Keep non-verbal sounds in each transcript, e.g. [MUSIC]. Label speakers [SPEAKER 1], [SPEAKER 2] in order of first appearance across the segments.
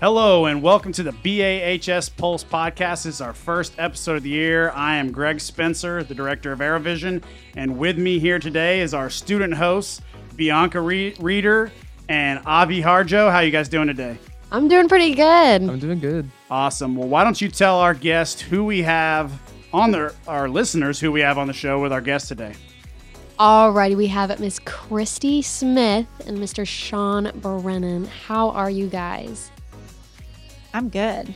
[SPEAKER 1] Hello and welcome to the BAHS Pulse Podcast. This is our first episode of the year. I am Greg Spencer, the director of Aerovision, and with me here today is our student hosts, Bianca Re- Reeder and Avi Harjo. How you guys doing today?
[SPEAKER 2] I'm doing pretty good.
[SPEAKER 3] I'm doing good.
[SPEAKER 1] Awesome. Well, why don't you tell our guest who we have on the our listeners who we have on the show with our guest today?
[SPEAKER 2] Alrighty, we have Miss Christy Smith and Mr. Sean Brennan. How are you guys?
[SPEAKER 4] I'm good.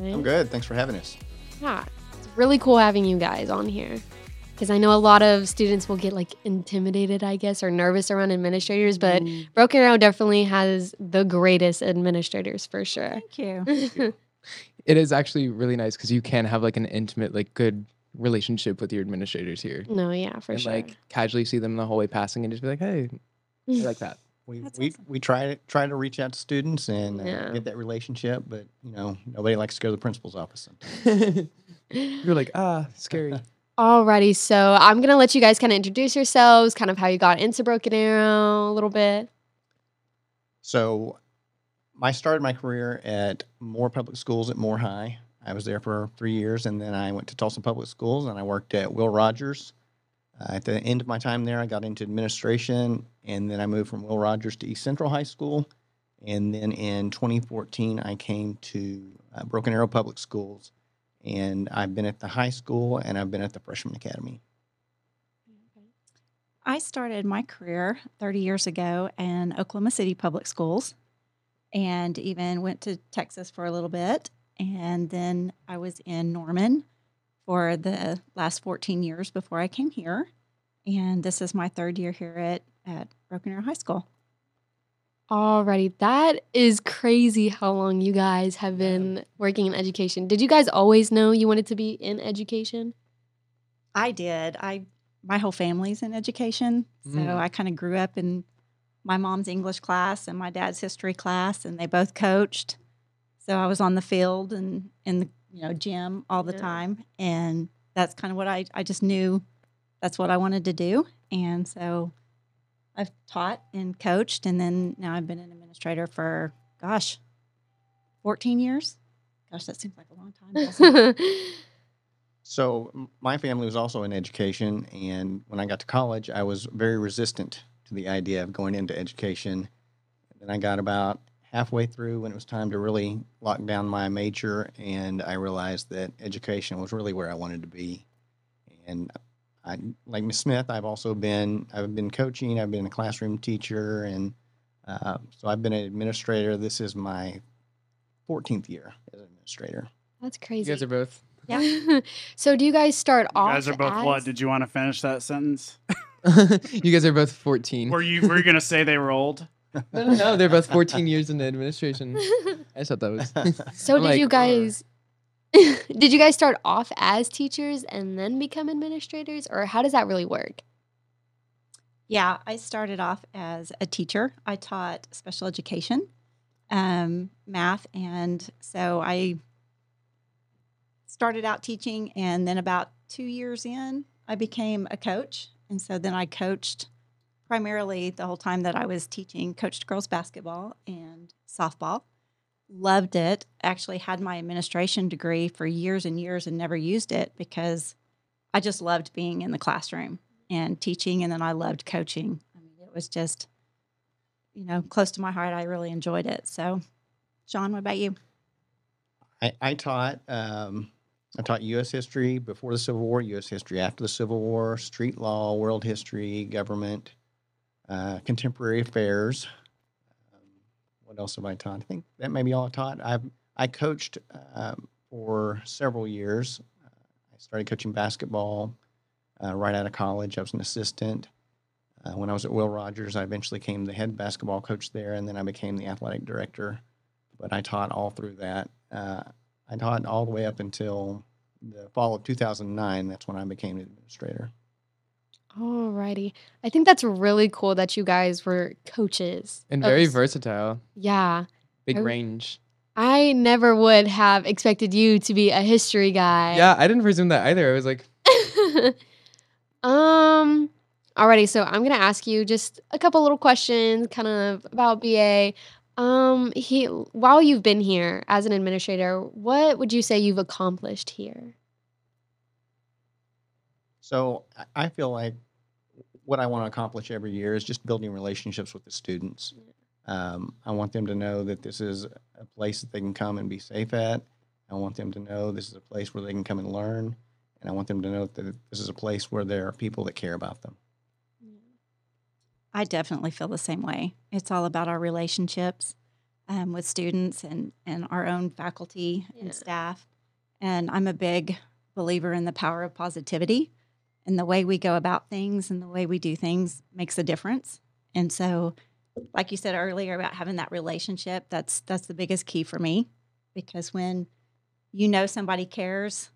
[SPEAKER 5] I'm good. Thanks for having us.
[SPEAKER 2] Yeah, it's really cool having you guys on here because I know a lot of students will get like intimidated, I guess, or nervous around administrators, but Broken Arrow definitely has the greatest administrators for sure.
[SPEAKER 4] Thank you.
[SPEAKER 2] [LAUGHS]
[SPEAKER 3] It is actually really nice because you can have like an intimate, like good relationship with your administrators here.
[SPEAKER 2] no, yeah, for
[SPEAKER 3] and
[SPEAKER 2] sure.
[SPEAKER 3] like casually see them in the hallway passing and just be like, hey, I like that.
[SPEAKER 5] We
[SPEAKER 4] That's
[SPEAKER 5] we,
[SPEAKER 4] awesome.
[SPEAKER 5] we try to try to reach out to students and uh,
[SPEAKER 2] Yeah.
[SPEAKER 5] get that relationship, but you know nobody likes to go to the principal's office. Sometimes.
[SPEAKER 3] [LAUGHS] You're like, ah, [LAUGHS] scary.
[SPEAKER 2] Alrighty, so I'm gonna let you guys kind of introduce yourselves, kind of how you got into Broken Arrow a little bit.
[SPEAKER 5] So, I started my career at Moore Public Schools at Moore High. I was there for three years, and then I went to Tulsa Public Schools, and I worked at Will Rogers. Uh, at the end of my time there, I got into administration, and then I moved from Will Rogers to East Central High School. And then in 2014, I came to uh, Broken Arrow Public Schools, and I've been at the high school, and I've been at the Freshman Academy.
[SPEAKER 4] I started my career 30 years ago in Oklahoma City Public Schools and even went to Texas for a little bit. And then I was in Norman for the last 14 years before I came here. And this is my third year here at, at Broken Arrow High School.
[SPEAKER 2] Alrighty, that is crazy how long you guys have been working in education. Did you guys always know you wanted to be in [LAUGHS] education?
[SPEAKER 4] I did. I my whole family's in education, so
[SPEAKER 3] Mm.
[SPEAKER 4] I kind of grew up in my mom's English class and my dad's history class, and they both coached. So I was on the field and in the you know gym all the
[SPEAKER 2] Yeah.
[SPEAKER 4] time, and that's kind of what I I just knew that's what I wanted to do, and so I've taught and coached, and then now I've been an administrator for gosh, fourteen years. Gosh, that seems like a long
[SPEAKER 2] [LAUGHS]
[SPEAKER 4] time. doesn't it?
[SPEAKER 5] So m- my family was also in education, and when I got to college, I was very resistant to the idea of going into education. And then I got about halfway through when it was time to really lock down my major, and I realized that education was really where I wanted to be. And I, like Ms. Smith, I've also been I've been coaching, I've been a classroom teacher, and uh, so I've been an administrator. This is my 14th year as an administrator.
[SPEAKER 2] That's
[SPEAKER 3] you
[SPEAKER 2] crazy.
[SPEAKER 3] guys are both. [LAUGHS]
[SPEAKER 2] yeah. [LAUGHS] so do you guys start
[SPEAKER 1] You
[SPEAKER 2] off?
[SPEAKER 1] guys are both
[SPEAKER 2] as-
[SPEAKER 1] what? Did you want to finish that sentence?
[SPEAKER 3] you guys are both 14.
[SPEAKER 1] Were you were you gonna say they were old?
[SPEAKER 3] [LAUGHS] No, no, no. They're both 14 years in the [LAUGHS] administration. I just thought that was.
[SPEAKER 2] so
[SPEAKER 3] I'm
[SPEAKER 2] did you
[SPEAKER 3] like,
[SPEAKER 2] guys? [LAUGHS] did you guys start off as teachers and then become administrators, or how does that really work?
[SPEAKER 4] Yeah, I started off as a teacher. I taught special education, um, math, and so I started out teaching. And then about two years in, I became a coach. And so then I coached primarily the whole time that I was teaching, coached girls basketball and softball. Loved it. Actually, had my administration degree for years and years and never used it because I just loved being in the classroom and teaching and then I loved coaching. I mean, it was just you know, close to my heart. I really enjoyed it. So, Sean, what about you?
[SPEAKER 5] I, I taught um, I taught U.S. history before the Civil War, U.S. history after the Civil War, street law, world history, government, uh, contemporary affairs. Um, what else have I taught? I think that may be all I taught. I've I coached um, for several years. Uh, I started coaching basketball uh, right out of college. I was an assistant. Uh, when I was at Will Rogers, I eventually became the head basketball coach there, and then I became the athletic director but I taught all through that. Uh, I taught all the way up until the fall of 2009. That's when I became an administrator.
[SPEAKER 2] Alrighty, I think that's really cool that you guys were coaches
[SPEAKER 3] And
[SPEAKER 2] of
[SPEAKER 3] very
[SPEAKER 2] s-
[SPEAKER 3] versatile.
[SPEAKER 2] Yeah.
[SPEAKER 3] Big
[SPEAKER 2] I-
[SPEAKER 3] range.
[SPEAKER 2] I never would have expected you to be a history guy.
[SPEAKER 3] Yeah, I didn't presume that either. I was like,
[SPEAKER 2] [LAUGHS] um alrighty, so I'm gonna ask you just a couple little questions kind of about BA. Um, he while you've been here as an administrator, what would you say you've accomplished here?
[SPEAKER 5] So I- I feel like what I want to accomplish every year is just building relationships with the students. Um, I want them to know that this is a place that they can come and be safe at. I want them to know this is a place where they can come and learn. And I want them to know that this is a place where there are people that care about them.
[SPEAKER 4] I definitely feel the same way. It's all about our relationships um, with students and, and our own faculty
[SPEAKER 2] Yeah.
[SPEAKER 4] and staff. And I'm a big believer in the power of positivity and the way we go about things and the way we do things makes a difference. And so, like you said earlier about having that relationship, that's that's the biggest key for me because when you know somebody cares,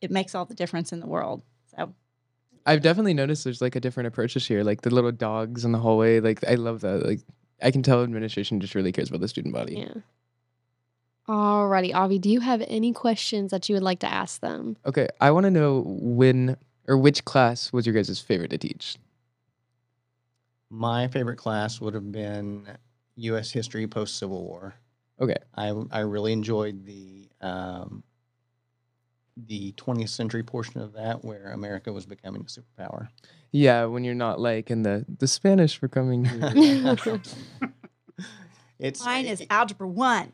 [SPEAKER 4] it makes all the difference in the world. So
[SPEAKER 3] I've definitely noticed there's like a different approach this year. Like the little dogs in the hallway. Like I love that. Like I can tell administration just really cares about the student body.
[SPEAKER 2] Yeah. Alrighty, Avi, do you have any questions that you would like to ask them?
[SPEAKER 3] Okay, I want to know when or which class was your guys' favorite to teach?
[SPEAKER 5] My favorite class would have been U.S. History post Civil War.
[SPEAKER 3] Okay.
[SPEAKER 5] I I really enjoyed the um, the 20th century portion of that, where America was becoming a superpower.
[SPEAKER 3] Yeah, when you're not like in the the Spanish were coming.
[SPEAKER 2] [LAUGHS]
[SPEAKER 3] here.
[SPEAKER 5] it's
[SPEAKER 4] mine is
[SPEAKER 5] it-
[SPEAKER 4] algebra one.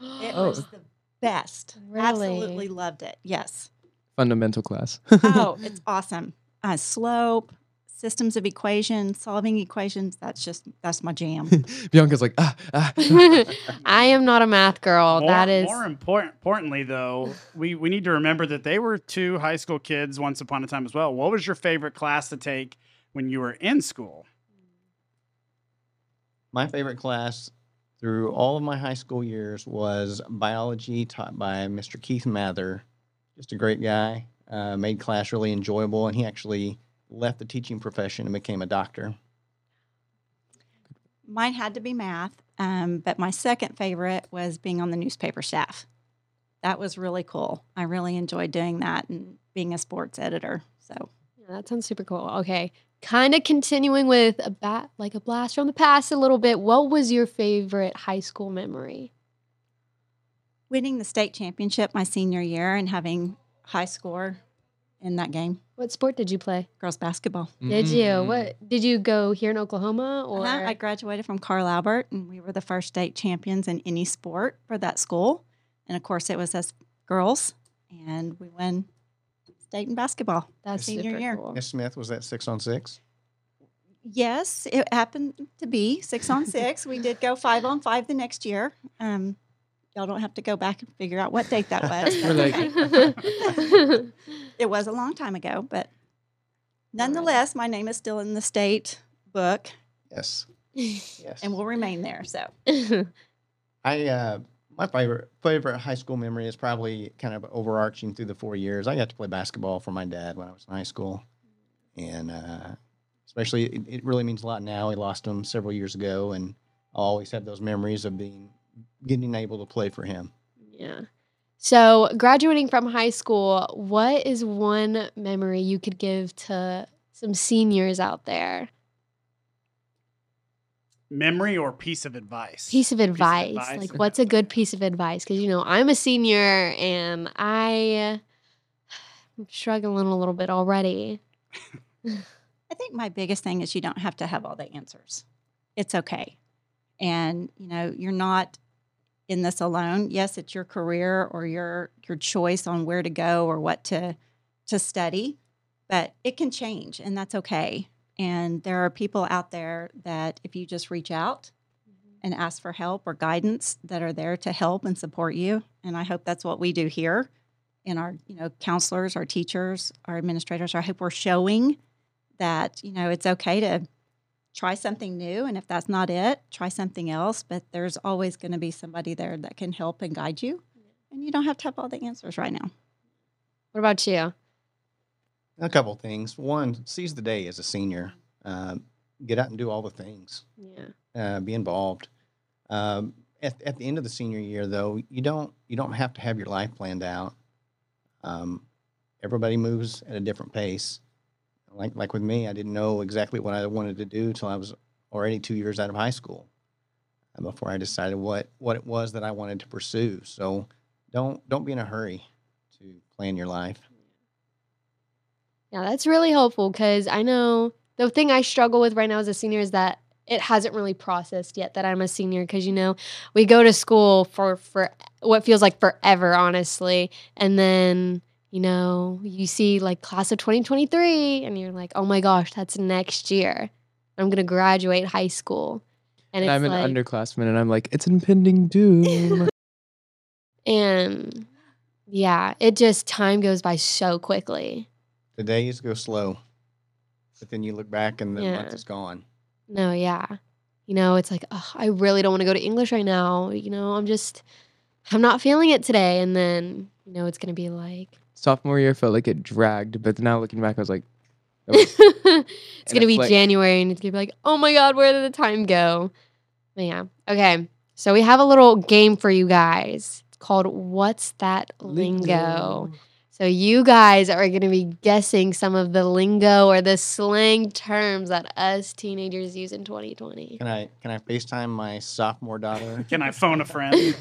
[SPEAKER 4] It
[SPEAKER 3] Oh.
[SPEAKER 4] was the best.
[SPEAKER 2] Really?
[SPEAKER 4] Absolutely loved it. Yes.
[SPEAKER 3] Fundamental class. [LAUGHS]
[SPEAKER 4] Oh, it's awesome. Uh, slope, systems of equations, solving equations. That's just that's
[SPEAKER 3] [LAUGHS]
[SPEAKER 4] my jam.
[SPEAKER 3] Bianca's like ah ah.
[SPEAKER 2] [LAUGHS]
[SPEAKER 3] [LAUGHS]
[SPEAKER 2] I am not a math girl.
[SPEAKER 1] more,
[SPEAKER 2] that is
[SPEAKER 1] more important. Importantly, though, we we need to remember that they were two high school kids once upon a time as well. What was your favorite class to take when you were in school?
[SPEAKER 5] my favorite class through all of my high school years was biology, taught by Mr. Keith Mather. Just a great guy. Uh, made class really enjoyable, and he actually left the teaching profession and became a doctor.
[SPEAKER 4] Mine had to be math, um, but my second favorite was being on the newspaper staff. That was really cool. I really enjoyed doing that and being a sports editor. So
[SPEAKER 2] Yeah, that sounds super cool. Okay. Kind of continuing with a bat like a blast from the past a little bit. What was your favorite high school memory?
[SPEAKER 4] winning the state championship my senior year and having high score in that game,
[SPEAKER 2] What sport did you play?
[SPEAKER 4] girls basketball.
[SPEAKER 2] Did you?
[SPEAKER 3] Mm.
[SPEAKER 2] What did you go here in Oklahoma or
[SPEAKER 4] Mm-hmm. Uh-huh. I graduated from Carl Albert, and we were the first state champions in any sport for that school. And of course, it was us girls, and we won state in basketball.
[SPEAKER 2] that's
[SPEAKER 4] senior
[SPEAKER 2] super [LAUGHS]
[SPEAKER 4] year.
[SPEAKER 2] cool.
[SPEAKER 5] Miss Smith, was that six on six?
[SPEAKER 4] Yes, it happened to be six on six. We did go five on five the next year. Um, y'all don't have to go back and figure out what [LAUGHS] date that was.
[SPEAKER 3] We're like-
[SPEAKER 4] it was a long time ago, but nonetheless, my name is still in the state book
[SPEAKER 5] Yes. Yes.
[SPEAKER 4] and will remain there. So
[SPEAKER 5] I uh, my favorite favorite high school memory is probably kind of overarching through the four years. I got to play basketball for my dad when I was in high school, and uh, especially it, it really means a lot now. He lost him several years ago, and I always have those memories of being getting able to play for him.
[SPEAKER 2] [LAUGHS] yeah. So, graduating from high school, what is one memory you could give to some seniors out there?
[SPEAKER 1] Memory or piece of advice?
[SPEAKER 2] piece of advice,
[SPEAKER 1] advice.
[SPEAKER 2] like what's a good piece of advice because you know i'm a senior and i [SIGHS] i'm struggling a little bit already
[SPEAKER 4] I think my biggest thing is you don't have to have all the answers. It's okay. And you know, you're not in this alone. Yes, it's your career or your your choice on where to go or what to to study, but it can change and that's okay. And there are people out there that if you just reach out and ask for help or guidance that are there to help and support you. And I hope that's what we do here in our, you know, counselors, our teachers, our administrators. I hope we're showing that, you know, it's okay to try something new. And if that's not it, try something else. But there's always going to be somebody there that can help and guide you. And you don't have to have all the answers right now.
[SPEAKER 2] what about you
[SPEAKER 5] A couple things. One, seize the day as a senior. Uh, get out and do all the things.
[SPEAKER 2] yeah
[SPEAKER 5] uh, be involved. Um, at, at the end of the senior year, though, you don't you don't have to have your life planned out. Um, everybody moves at a different pace. Like like with me, I didn't know exactly what I wanted to do till I was already two years out of high school. uh, before I decided what what it was that I wanted to pursue. So don't don't be in a hurry to plan your life.
[SPEAKER 2] Yeah, that's really helpful because I know the thing I struggle with right now as a senior is that it hasn't really processed yet that I'm a senior because you know we go to school for for what feels like forever, honestly, and then you know you see like class of 2023 and you're like, oh my gosh, that's next year. I'm gonna graduate high school, and
[SPEAKER 3] And
[SPEAKER 2] it's
[SPEAKER 3] I'm an
[SPEAKER 2] like,
[SPEAKER 3] underclassman, and I'm like, it's
[SPEAKER 2] [LAUGHS]
[SPEAKER 3] impending doom.
[SPEAKER 2] and yeah, it just time goes by so quickly.
[SPEAKER 5] The days go slow, but then you look back and the month
[SPEAKER 2] Yeah.
[SPEAKER 5] is gone.
[SPEAKER 2] No, yeah. You know, it's like, oh, I really don't want to go to English right now. You know, I'm just, I'm not feeling it today. And then, you know, it's going to be like, [LAUGHS]
[SPEAKER 3] Sophomore year felt like it dragged, but now looking back, I was like, "Oh,
[SPEAKER 2] [LAUGHS]
[SPEAKER 3] that was-
[SPEAKER 2] it's going
[SPEAKER 3] And
[SPEAKER 2] to
[SPEAKER 3] it's
[SPEAKER 2] be
[SPEAKER 3] like-
[SPEAKER 2] January and it's going to be like, oh my God, where did the time go? But yeah. Okay. So we have a little game for you guys. It's called What's That Lingo? So you guys are going to be guessing some of the lingo or the slang terms that us teenagers use in [LAUGHS]
[SPEAKER 5] [LAUGHS]
[SPEAKER 2] 2020.
[SPEAKER 5] Can I can I Facetime my sophomore daughter?
[SPEAKER 1] Can I phone a friend?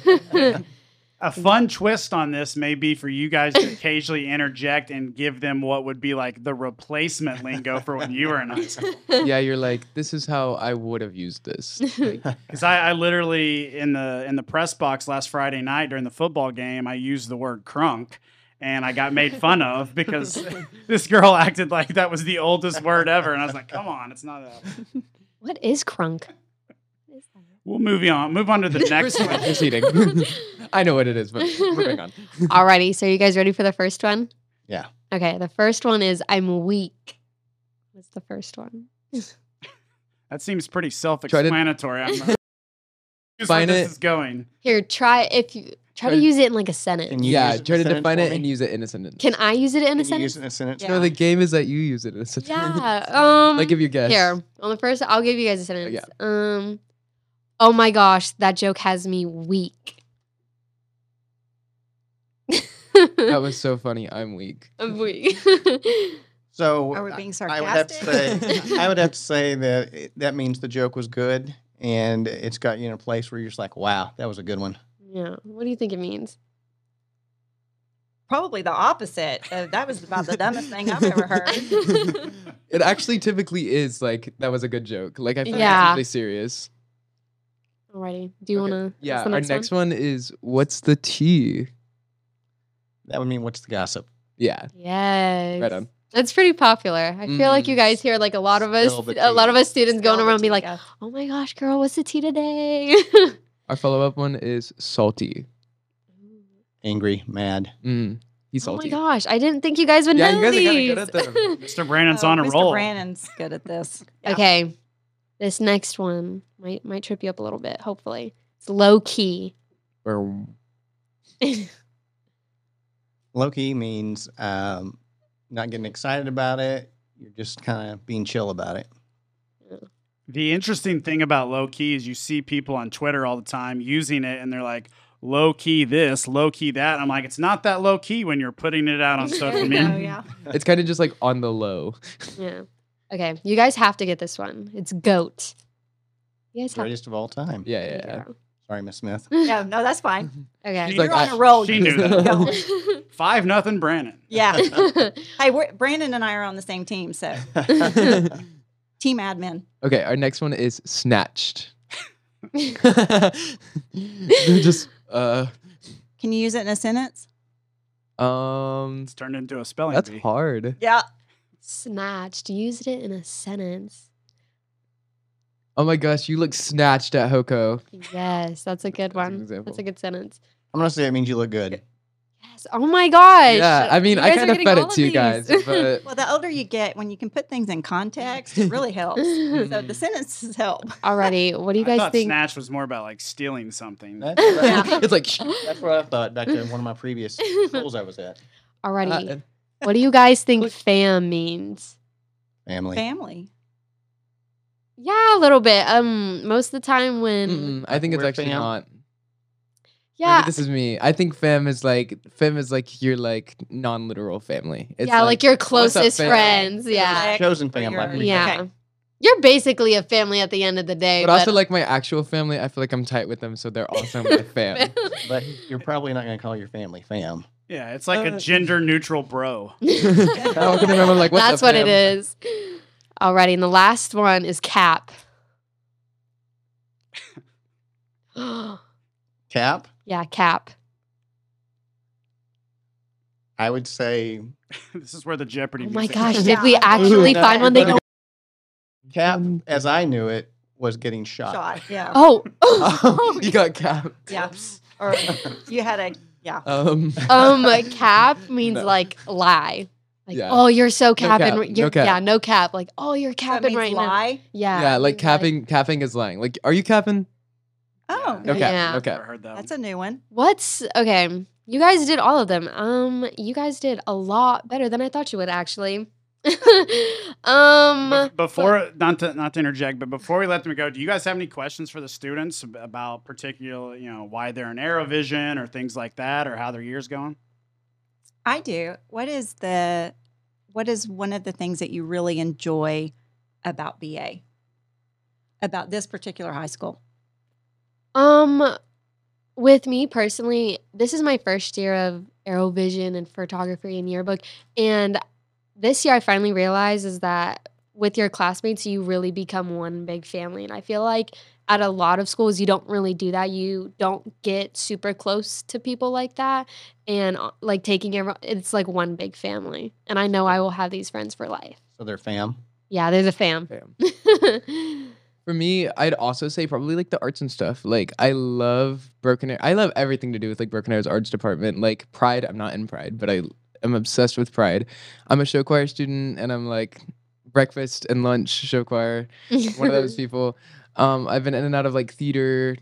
[SPEAKER 1] A fun twist on this may be for you guys to occasionally interject and give them what would be like the replacement lingo for when you were in high school.
[SPEAKER 3] yeah, you're like, this is how I would have used this. Like,
[SPEAKER 1] Because I, I literally in the in the press box last Friday night during the football game, I used the word crunk, and I got made fun of because this girl acted like that was the oldest word ever, and I was like, "Come on, it's not that." old."
[SPEAKER 2] What is crunk?
[SPEAKER 1] [LAUGHS] We'll move on. Move on to the next
[SPEAKER 3] proceed-
[SPEAKER 1] one.
[SPEAKER 3] proceeding. I know what it is, but moving
[SPEAKER 5] [LAUGHS]
[SPEAKER 3] on.
[SPEAKER 2] [LAUGHS] Alrighty, so you guys ready for the first one?
[SPEAKER 5] Yeah.
[SPEAKER 2] Okay, the first one is I'm weak. What's the first one?
[SPEAKER 1] That seems pretty self-explanatory.
[SPEAKER 3] [LAUGHS]
[SPEAKER 1] I'm not- Here's where
[SPEAKER 3] Find
[SPEAKER 1] this
[SPEAKER 3] it.
[SPEAKER 1] is going.
[SPEAKER 2] Here, try if you try to
[SPEAKER 3] Try-
[SPEAKER 2] use it in like a sentence.
[SPEAKER 5] Can you
[SPEAKER 3] Yeah,
[SPEAKER 5] use it
[SPEAKER 3] try
[SPEAKER 5] in
[SPEAKER 3] to
[SPEAKER 5] a sentence
[SPEAKER 3] define
[SPEAKER 5] for
[SPEAKER 3] it
[SPEAKER 5] me?
[SPEAKER 3] and use it in a sentence.
[SPEAKER 2] Can I use it in a
[SPEAKER 5] Can you use
[SPEAKER 2] sentence?
[SPEAKER 5] it in a sentence?
[SPEAKER 4] Yeah.
[SPEAKER 3] No, the game is that you use it in a sentence.
[SPEAKER 5] [LAUGHS]
[SPEAKER 3] [LAUGHS]
[SPEAKER 2] Yeah. Um
[SPEAKER 3] like if you guess.
[SPEAKER 2] Here, on the first I'll give you guys a sentence. Um Oh my gosh, that joke has me weak. [LAUGHS]
[SPEAKER 3] That was so funny. I'm weak.
[SPEAKER 2] I'm weak. [LAUGHS]
[SPEAKER 5] So
[SPEAKER 4] Are we being
[SPEAKER 5] I would have to
[SPEAKER 4] sarcastic?
[SPEAKER 5] say I would
[SPEAKER 4] [LAUGHS]
[SPEAKER 5] have to say that it, that means the joke was good and it's got you in a place where you're just like, wow, that was a good one.
[SPEAKER 2] yeah. What do you think it means?
[SPEAKER 4] Probably the opposite. Uh, that was about the dumbest thing I've
[SPEAKER 2] [LAUGHS]
[SPEAKER 4] ever heard.
[SPEAKER 3] It actually typically is like that was a good joke. Like I feel
[SPEAKER 2] Yeah.
[SPEAKER 3] like it's really serious.
[SPEAKER 2] Alrighty. Do you
[SPEAKER 3] Okay.
[SPEAKER 2] wanna what's
[SPEAKER 3] Yeah.
[SPEAKER 2] the
[SPEAKER 3] Our next one? is what's the tea?
[SPEAKER 5] That would mean what's the gossip?
[SPEAKER 3] Yeah.
[SPEAKER 2] Yes.
[SPEAKER 3] Right on.
[SPEAKER 2] That's pretty popular. I feel like you
[SPEAKER 3] Mhm.
[SPEAKER 2] guys hear like a lot of us,
[SPEAKER 5] Spill the
[SPEAKER 2] a lot
[SPEAKER 5] tea.
[SPEAKER 2] of us students going
[SPEAKER 4] Spill the
[SPEAKER 2] around be
[SPEAKER 4] tea,
[SPEAKER 2] like,
[SPEAKER 4] guys.
[SPEAKER 2] "Oh my gosh, girl, what's the tea today?" [LAUGHS] Oh
[SPEAKER 3] Our follow up one is salty.
[SPEAKER 5] Angry, mad.
[SPEAKER 3] Mm. He's
[SPEAKER 2] oh my
[SPEAKER 3] salty.
[SPEAKER 2] gosh, I didn't think you guys would
[SPEAKER 3] Yeah,
[SPEAKER 2] know
[SPEAKER 3] you guys are kinda
[SPEAKER 2] these.
[SPEAKER 3] good at them.
[SPEAKER 2] [LAUGHS]
[SPEAKER 1] Mr. Brandon's
[SPEAKER 4] Oh,
[SPEAKER 1] on a
[SPEAKER 4] Mr.
[SPEAKER 1] roll.
[SPEAKER 4] Brandon's good
[SPEAKER 1] [LAUGHS]
[SPEAKER 4] at this. Yeah.
[SPEAKER 2] Okay, this next one might might trip you up a little bit. Hopefully, it's low [LAUGHS] key.
[SPEAKER 3] Or
[SPEAKER 5] Low key means um, not getting excited about it. You're just kind of being chill about it.
[SPEAKER 1] The interesting thing about low key is you see people on Twitter all the time using it and they're like, low key this, low key that. I'm like, it's not that low key when you're putting it out on social
[SPEAKER 2] [LAUGHS]
[SPEAKER 4] There you
[SPEAKER 1] media.
[SPEAKER 4] go, yeah.
[SPEAKER 3] it's kind of just like on the low.
[SPEAKER 2] yeah. Okay, you guys have to get this one. It's goat. You guys have
[SPEAKER 5] Greatest of all time.
[SPEAKER 3] Yeah, yeah. yeah.
[SPEAKER 2] to.
[SPEAKER 5] Sorry, Miss [LAUGHS] Smith.
[SPEAKER 4] No, no, that's
[SPEAKER 3] [LAUGHS]
[SPEAKER 4] fine.
[SPEAKER 2] Okay.
[SPEAKER 1] She's
[SPEAKER 4] You're
[SPEAKER 3] like,
[SPEAKER 4] on
[SPEAKER 3] I-
[SPEAKER 4] a roll.
[SPEAKER 1] she
[SPEAKER 4] you
[SPEAKER 1] knew
[SPEAKER 4] just
[SPEAKER 1] that.
[SPEAKER 4] go.
[SPEAKER 1] Five nothing Brandon.
[SPEAKER 2] [LAUGHS]
[SPEAKER 4] Yeah.
[SPEAKER 3] [LAUGHS]
[SPEAKER 4] Hey, we're, Brandon and I are on the same team, so
[SPEAKER 5] [LAUGHS]
[SPEAKER 4] team admin.
[SPEAKER 3] [LAUGHS] okay, our next one is snatched. They're just uh
[SPEAKER 4] Can you use it in a sentence?
[SPEAKER 3] um
[SPEAKER 1] It's turned into a spelling
[SPEAKER 3] that's
[SPEAKER 1] bee.
[SPEAKER 3] hard.
[SPEAKER 4] Yeah.
[SPEAKER 2] Snatched. Used it in a
[SPEAKER 3] [LAUGHS]
[SPEAKER 2] sentence.
[SPEAKER 3] Oh my gosh, you look snatched at Hoko.
[SPEAKER 2] Yes, that's a good
[SPEAKER 3] That's
[SPEAKER 2] one.
[SPEAKER 3] an
[SPEAKER 2] That's
[SPEAKER 3] example.
[SPEAKER 2] a good sentence.
[SPEAKER 5] I'm gonna say it means you look good.
[SPEAKER 2] Yes. Oh my gosh.
[SPEAKER 3] Yeah, I mean,
[SPEAKER 2] You guys
[SPEAKER 3] I
[SPEAKER 2] are
[SPEAKER 3] kind of
[SPEAKER 2] getting
[SPEAKER 3] fed
[SPEAKER 2] all
[SPEAKER 3] it to you
[SPEAKER 2] these. [LAUGHS]
[SPEAKER 3] guys, but [LAUGHS]
[SPEAKER 4] Well, the older you get, when you can put things in context, it really helps. so the
[SPEAKER 3] Mm.
[SPEAKER 4] sentences help.
[SPEAKER 2] [LAUGHS] Alrighty, what do you
[SPEAKER 1] I
[SPEAKER 2] guys
[SPEAKER 1] thought
[SPEAKER 3] [LAUGHS]
[SPEAKER 2] think?
[SPEAKER 1] Snatch was more about like stealing something.
[SPEAKER 5] [LAUGHS] That's what, I,
[SPEAKER 3] it's like sh-
[SPEAKER 5] that's what I [LAUGHS] thought back in one of my [LAUGHS] previous schools I was at.
[SPEAKER 2] Alrighty,
[SPEAKER 3] uh,
[SPEAKER 2] what do you guys think
[SPEAKER 3] Click.
[SPEAKER 2] "fam" means?
[SPEAKER 5] Family.
[SPEAKER 4] Family.
[SPEAKER 2] Yeah, a little bit. Um, most of the time when
[SPEAKER 3] mm-mm, I think it's
[SPEAKER 5] We're
[SPEAKER 3] actually
[SPEAKER 5] fam.
[SPEAKER 3] not. Yeah,
[SPEAKER 2] yeah,
[SPEAKER 3] this is me. I think fam is like fam is like your like non-literal family. It's
[SPEAKER 2] yeah, like, your
[SPEAKER 3] "What's up,
[SPEAKER 2] closest
[SPEAKER 3] fam?"
[SPEAKER 2] friends. Yeah,
[SPEAKER 4] Like,
[SPEAKER 5] Chosen
[SPEAKER 4] for
[SPEAKER 5] family.
[SPEAKER 4] your-
[SPEAKER 5] I believe.
[SPEAKER 2] yeah, You're basically a family at the end of the day.
[SPEAKER 3] But also, like my actual family, I feel like I'm tight with them,
[SPEAKER 2] [LAUGHS]
[SPEAKER 3] so they're also my fam.
[SPEAKER 5] But you're probably not going to call your family fam.
[SPEAKER 1] Yeah, it's
[SPEAKER 3] Uh,
[SPEAKER 1] like a gender neutral bro.
[SPEAKER 3] [LAUGHS]
[SPEAKER 2] [LAUGHS]
[SPEAKER 3] I don't remember like what's
[SPEAKER 2] That's
[SPEAKER 3] up,
[SPEAKER 2] what it
[SPEAKER 3] fam?
[SPEAKER 2] is. Alrighty, and the last one is
[SPEAKER 3] [LAUGHS]
[SPEAKER 2] cap.
[SPEAKER 5] Cap,
[SPEAKER 2] yeah, cap.
[SPEAKER 5] I would say
[SPEAKER 1] [LAUGHS] this is where the Jeopardy.
[SPEAKER 2] Oh my
[SPEAKER 1] music
[SPEAKER 2] gosh,
[SPEAKER 1] comes
[SPEAKER 2] did
[SPEAKER 1] in.
[SPEAKER 2] we
[SPEAKER 4] Yeah.
[SPEAKER 2] actually
[SPEAKER 5] Ooh,
[SPEAKER 2] find one? They
[SPEAKER 5] no.
[SPEAKER 4] [LAUGHS]
[SPEAKER 2] go,
[SPEAKER 5] cap,
[SPEAKER 3] Um,
[SPEAKER 5] as I knew it, was getting shot.
[SPEAKER 4] Shot.
[SPEAKER 2] [LAUGHS]
[SPEAKER 4] Yeah.
[SPEAKER 3] [LAUGHS]
[SPEAKER 2] oh,
[SPEAKER 3] Oh, you got cap.
[SPEAKER 4] Yeah. Or you had a yeah.
[SPEAKER 3] Um, [LAUGHS]
[SPEAKER 2] um, cap means
[SPEAKER 3] No.
[SPEAKER 2] like lie. Like,
[SPEAKER 3] Yeah.
[SPEAKER 2] oh, you're so capping.
[SPEAKER 3] cap,
[SPEAKER 2] ri- you're-
[SPEAKER 3] no cap.
[SPEAKER 2] Yeah, no cap. Like, oh, you're
[SPEAKER 4] So it
[SPEAKER 2] capping
[SPEAKER 4] means
[SPEAKER 2] right now.
[SPEAKER 4] lie.
[SPEAKER 2] Yeah.
[SPEAKER 3] yeah, like
[SPEAKER 2] Like-
[SPEAKER 3] capping. capping is lying. Like, are you capping?
[SPEAKER 4] Oh,
[SPEAKER 3] No cap.
[SPEAKER 2] Yeah.
[SPEAKER 3] No
[SPEAKER 1] I've never
[SPEAKER 3] cap.
[SPEAKER 1] heard that.
[SPEAKER 4] that's
[SPEAKER 1] one.
[SPEAKER 4] a new one.
[SPEAKER 2] What's okay? You guys did all of them. Um, you guys did a lot better than I thought you would actually. [LAUGHS] um,
[SPEAKER 1] Bef- Before, not to not to interject, but before we let them go, do you guys have any questions for the students ab- about particular, you know, why they're in Aerovision or things like that, or how their year's going?
[SPEAKER 4] I do. What is the what is one of the things that you really enjoy about BA? About this particular high school?
[SPEAKER 2] Um, with me personally, this is my first year of Aerovision and photography and yearbook, and this year I finally realized is that with your classmates you really become one big family, and I feel like at a lot of schools you don't really do that. You don't get super close to people like that, and uh, like taking everyone, it's like one big family. And I know I will have these friends for life.
[SPEAKER 5] So they're fam.
[SPEAKER 2] Yeah, there's a fam. [LAUGHS]
[SPEAKER 3] Fam. For me, I'd also say probably like the arts and stuff. Like I love Broken Arrow. I love everything to do with like Broken Arrow's arts department. Like Pride, I'm not in Pride, but I am obsessed with Pride. I'm a show choir student, and I'm like breakfast and lunch show choir. One
[SPEAKER 2] [LAUGHS]
[SPEAKER 3] of those people. Um, I've been in and out of like theater,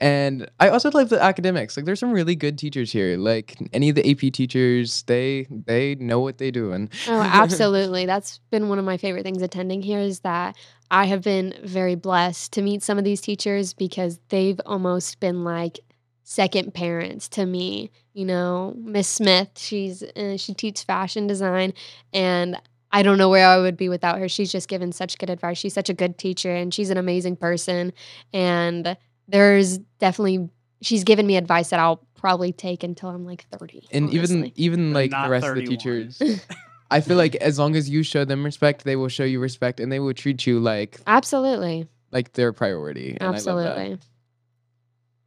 [SPEAKER 3] and I also love the academics. Like there's some really good teachers here. Like any of the AP teachers, they they know what they doing. [LAUGHS]
[SPEAKER 2] Oh, absolutely. That's been one of my favorite things attending here is that I have been very blessed to meet some of these teachers because they've almost been like second parents to me. You know, Miss Smith, she's uh, she teaches fashion design and I don't know where I would be without her. She's just given such good advice. She's such a good teacher and she's an amazing person and there's definitely she's given me advice that I'll probably take until I'm like 30.
[SPEAKER 3] and even
[SPEAKER 2] honestly.
[SPEAKER 3] even
[SPEAKER 1] They're
[SPEAKER 3] like
[SPEAKER 1] not
[SPEAKER 3] the rest of the
[SPEAKER 1] 31.
[SPEAKER 3] teachers
[SPEAKER 1] [LAUGHS]
[SPEAKER 3] [LAUGHS] i feel like as long as you show them respect they will show you respect and they will treat you like
[SPEAKER 2] Absolutely.
[SPEAKER 3] like their priority and I love that.
[SPEAKER 2] Absolutely.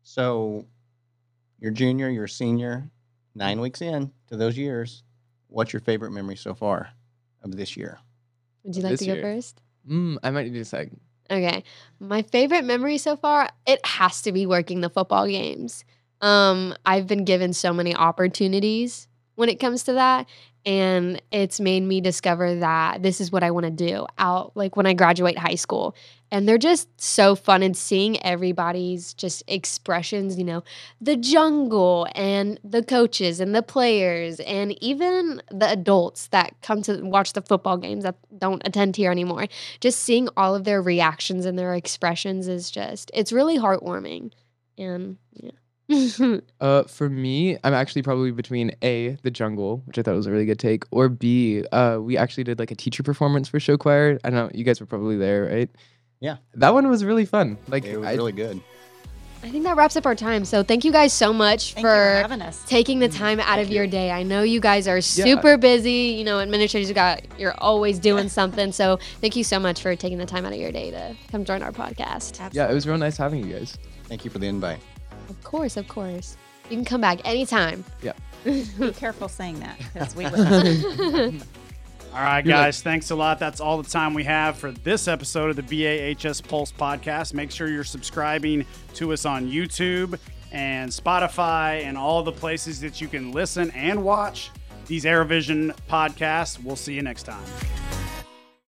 [SPEAKER 5] So your junior, your senior, nine weeks in to those years, what's your favorite memory so far of this year?
[SPEAKER 2] Would you
[SPEAKER 3] of
[SPEAKER 2] like
[SPEAKER 3] this
[SPEAKER 2] to go
[SPEAKER 3] year.
[SPEAKER 2] first?
[SPEAKER 3] mm, i might need a sec
[SPEAKER 2] Okay. My favorite memory so far, it has to be working the football games. Um, I've been given so many opportunities when it comes to that. And it's made me discover that this is what I want to do out like when I graduate high school. And they're just so fun and seeing everybody's just expressions, you know, the jungle and the coaches and the players and even the adults that come to watch the football games that don't attend here anymore just seeing all of their reactions and their expressions is just it's really heartwarming and yeah [LAUGHS]
[SPEAKER 3] uh, for me i'm actually probably between a the jungle which i thought was a really good take or b uh, we actually did like a teacher performance for show choir i know you guys were probably there right
[SPEAKER 5] Yeah.
[SPEAKER 3] that one was really fun like
[SPEAKER 5] It was
[SPEAKER 3] I,
[SPEAKER 5] really good.
[SPEAKER 2] i think that wraps up our time so thank you guys so much
[SPEAKER 4] Thank you for
[SPEAKER 2] for
[SPEAKER 4] having us.
[SPEAKER 2] taking the time out
[SPEAKER 5] Thank
[SPEAKER 2] of
[SPEAKER 5] you.
[SPEAKER 2] your day i know you guys are super busy you know administrators you got you're always doing something so thank you so much for taking the time out of your day to come join our podcast
[SPEAKER 3] yeah it was real nice having you guys
[SPEAKER 5] Thank you for the invite.
[SPEAKER 2] of course of course you can come back anytime
[SPEAKER 4] Absolutely. Be careful saying that because we would.
[SPEAKER 1] All right,
[SPEAKER 3] You're like-
[SPEAKER 1] guys, thanks a lot. That's all the time we have for this episode of the BAHS Pulse podcast. Make sure you're subscribing to us on YouTube and Spotify and all the places that you can listen and watch these Aerovision podcasts. We'll see you next time.